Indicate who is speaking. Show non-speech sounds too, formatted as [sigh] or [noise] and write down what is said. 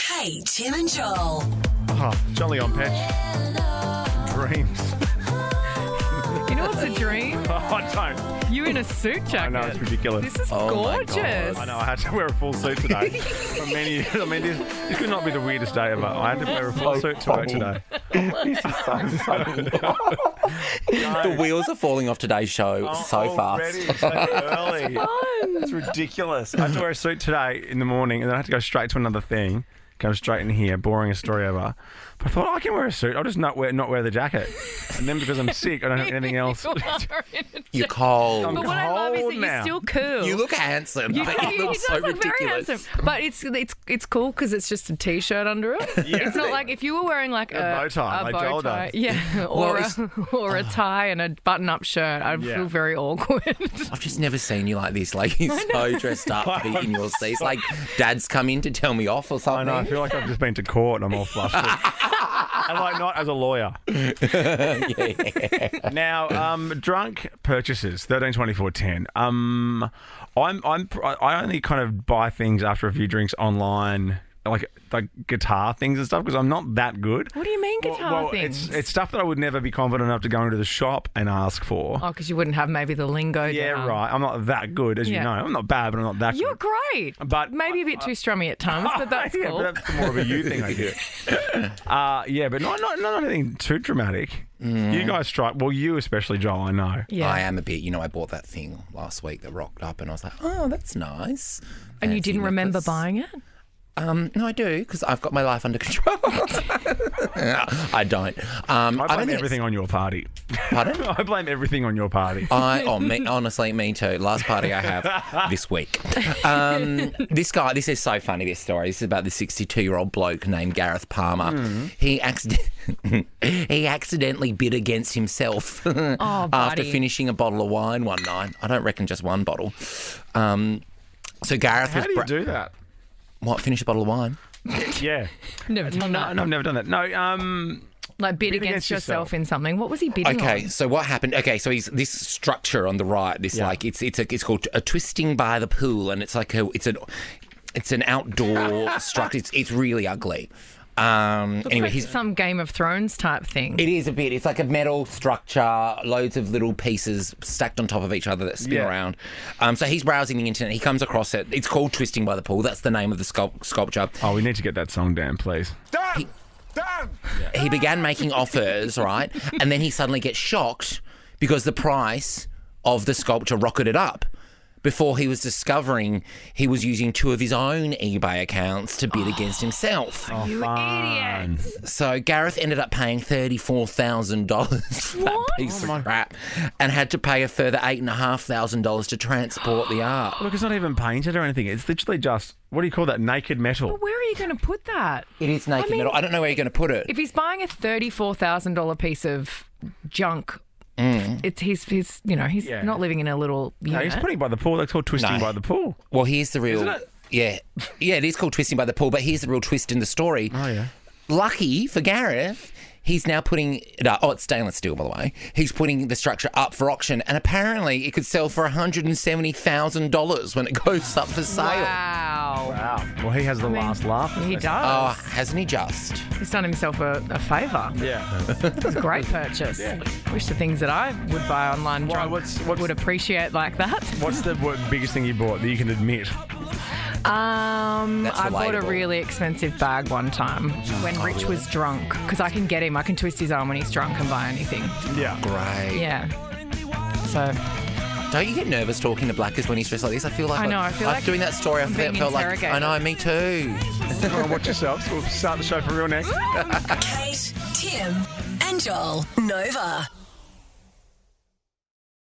Speaker 1: Hey, Tim and Joel.
Speaker 2: Oh, Jolly on patch. Dreams. [laughs]
Speaker 3: You know what's a dream?
Speaker 2: Oh, I don't.
Speaker 3: You in a suit jacket.
Speaker 2: I know, it's ridiculous.
Speaker 3: This is
Speaker 4: Oh my God.
Speaker 3: gorgeous.
Speaker 2: I know, I had to wear a full suit today.
Speaker 3: [laughs]
Speaker 2: For many years. I mean, this, this could not be the weirdest day ever. I had to wear a full
Speaker 4: So
Speaker 2: suit to work
Speaker 4: funny.
Speaker 2: today. [laughs]
Speaker 4: this is so funny. the wheels are falling off today's show
Speaker 2: Oh,
Speaker 4: so
Speaker 2: Already,
Speaker 4: fast.
Speaker 2: so
Speaker 4: [laughs]
Speaker 2: early.
Speaker 3: Fun.
Speaker 2: It's ridiculous. I had to wear a suit today in the morning, and then I had to go straight to another thing. Come straight in here, boring a story over. But I thought "Oh, I can wear a suit. I'll just not wear not wear the jacket. And then because I'm sick, I don't have anything
Speaker 3: [laughs]
Speaker 2: else. [laughs]
Speaker 3: You are in a
Speaker 4: You're
Speaker 3: jacket.
Speaker 4: cold.
Speaker 3: But what I love is that
Speaker 2: cold
Speaker 3: you're
Speaker 2: now.
Speaker 3: still cool.
Speaker 4: You look
Speaker 3: [laughs]
Speaker 4: handsome.
Speaker 3: You-
Speaker 4: but
Speaker 3: you-
Speaker 4: you look
Speaker 3: it
Speaker 4: so
Speaker 3: does look very
Speaker 4: ridiculous.
Speaker 3: handsome, but it's it's it's cool because it's just a t-shirt
Speaker 2: [laughs]
Speaker 3: under it. It's not like if you were wearing like a,
Speaker 2: bow tie,
Speaker 3: a
Speaker 2: like
Speaker 3: bow
Speaker 2: Joel
Speaker 3: tie,
Speaker 2: does. [laughs]
Speaker 3: yeah,
Speaker 4: Well,
Speaker 3: or a, [laughs] or a tie and a button-up shirt. I'd
Speaker 2: Yeah.
Speaker 3: feel very awkward.
Speaker 4: I've just never seen you like this. [laughs] Like you're so dressed up to be in your seats. Like dad's come in to tell me off or
Speaker 2: I know. I
Speaker 4: something.
Speaker 2: feel like I've just been to court and I'm all flustered. and like not as a lawyer. Now, um, drunk purchases thirteen twenty four ten. Um, I'm I'm I only kind of buy things after a few drinks online, like like guitar things and stuff, because I'm not that good.
Speaker 3: What do you mean guitar
Speaker 2: well, well,
Speaker 3: things?
Speaker 2: It's, it's stuff that I would never be confident enough to go into the shop and ask for.
Speaker 3: Oh, because you wouldn't have maybe the lingo.
Speaker 2: yeah,
Speaker 3: down.
Speaker 2: right. I'm not that good, as you
Speaker 3: Yeah.
Speaker 2: know. I'm not bad, but I'm not that
Speaker 3: You're
Speaker 2: good.
Speaker 3: great,
Speaker 2: But-
Speaker 3: maybe a bit too strummy at times,
Speaker 2: [laughs]
Speaker 3: but that's
Speaker 2: yeah,
Speaker 3: cool.
Speaker 2: but that's more of a you thing, I
Speaker 4: [laughs]
Speaker 2: do. Uh, yeah, but not, not not anything too dramatic.
Speaker 4: Mm.
Speaker 2: You guys strike. Well, you especially, Joel. I know.
Speaker 3: yeah,
Speaker 4: I am a bit. You know, I bought that thing last week that rocked up, and I was like, oh, that's nice.
Speaker 3: and you
Speaker 4: Fancy
Speaker 3: didn't remember
Speaker 4: necklace.
Speaker 3: buying it.
Speaker 4: Um, no, I do because I've got my life under control. [laughs] I don't. Um,
Speaker 2: I
Speaker 4: don't
Speaker 2: blame
Speaker 4: think
Speaker 2: everything on your party. [laughs]
Speaker 4: It's, pardon?
Speaker 2: I blame everything on your party.
Speaker 4: I oh me honestly me too. Last party I
Speaker 2: [laughs]
Speaker 4: have this week. Um, this guy, this is so funny. This story. This is about the 62 year old bloke named Gareth Palmer.
Speaker 2: Hmm.
Speaker 4: He accident [laughs] he accidentally bid against himself [laughs]
Speaker 2: Oh,
Speaker 4: after
Speaker 3: Oh, buddy.
Speaker 4: finishing a bottle of wine one night. I don't reckon just one bottle. Um, so Gareth
Speaker 2: How
Speaker 4: was
Speaker 2: do you
Speaker 4: bra-
Speaker 2: do that?
Speaker 4: what? Finish a bottle of wine?
Speaker 2: Yeah.
Speaker 3: Never done
Speaker 2: No,
Speaker 3: that.
Speaker 2: no, I've never done that. No, um,
Speaker 3: Like bid against,
Speaker 2: against
Speaker 3: yourself,
Speaker 2: yourself.
Speaker 3: in something. What was he bidding
Speaker 4: Okay,
Speaker 3: on?
Speaker 4: so what happened? Okay, so he's this structure on the right. This
Speaker 2: Yeah.
Speaker 4: like it's it's a, it's called a twisting by the pool, and it's like a it's an it's an
Speaker 2: [laughs]
Speaker 4: outdoor structure. It's it's really ugly. Um, anyway,
Speaker 3: Like
Speaker 4: he's
Speaker 3: some Game of Thrones type thing.
Speaker 4: it is a bit. It's like a metal structure, loads of little pieces stacked on top of each other that spin
Speaker 2: Yeah.
Speaker 4: around. Um, so he's browsing the internet. He comes across it. It's called Twisting by the Pool. That's the name of the sculp- sculpture.
Speaker 2: oh, we need to get that song down, please.
Speaker 4: He, he began making offers, right? And then he suddenly gets shocked because the price of the sculpture rocketed up before he was discovering he was using two of his own eBay accounts to bid against himself.
Speaker 3: You idiot.
Speaker 4: So Gareth ended up paying $34,000 for that
Speaker 3: What? Oh
Speaker 4: piece of crap and had to pay a further $8,500 to transport the art.
Speaker 2: Look, it's not even painted or anything. It's literally just what do you call that? Naked metal.
Speaker 3: Where are you going to put that?
Speaker 4: It is naked
Speaker 3: mean-
Speaker 4: metal. I don't know where you're going to put it.
Speaker 3: If he's buying a thirty-four thousand dollar piece of junk, it's he's, he's you know he's
Speaker 2: Yeah.
Speaker 3: not living in a little
Speaker 2: No,
Speaker 3: unit.
Speaker 2: he's putting it by the pool. That's called twisting
Speaker 4: No.
Speaker 2: by the pool.
Speaker 4: Well, here's the real.
Speaker 2: Isn't it?
Speaker 4: Yeah. Yeah, it is called Twisting by the Pool, but here's the real twist in the story.
Speaker 2: Oh yeah.
Speaker 4: Lucky for Gareth, he's now putting it up. Oh, it's stainless steel, by the way. He's putting the structure up for auction, and apparently it could sell for $170,000 when it goes up for sale.
Speaker 3: wow.
Speaker 2: Wow. Well, he has the
Speaker 3: mean,
Speaker 2: last laugh.
Speaker 3: He does.
Speaker 4: Oh, hasn't he just?
Speaker 3: He's done himself a, a favour.
Speaker 2: Yeah.
Speaker 3: It's a great purchase. Wish the things that I would buy online
Speaker 2: Why,
Speaker 3: drunk
Speaker 2: what's- what's-
Speaker 3: would appreciate like that.
Speaker 2: What's the what, biggest thing you bought that you can admit?
Speaker 3: Um,
Speaker 4: That's
Speaker 3: I bought a
Speaker 4: relatable. Oh,
Speaker 3: really expensive bag one time when Rich was drunk because I can get him. I can twist his arm when he's drunk and buy anything.
Speaker 2: Yeah.
Speaker 4: Great.
Speaker 3: Yeah. So
Speaker 4: Don't you get nervous talking to Blackers when he's dressed like this? I feel like
Speaker 3: I know, I feel
Speaker 4: after
Speaker 3: like
Speaker 4: doing that story, I
Speaker 3: I'm
Speaker 4: felt,
Speaker 3: being
Speaker 4: felt like I
Speaker 3: interrogated.
Speaker 4: know. Me too.
Speaker 2: Come on, watch yourselves. We'll start the show for real next.
Speaker 1: Kate, Tim, and Joel. Nova.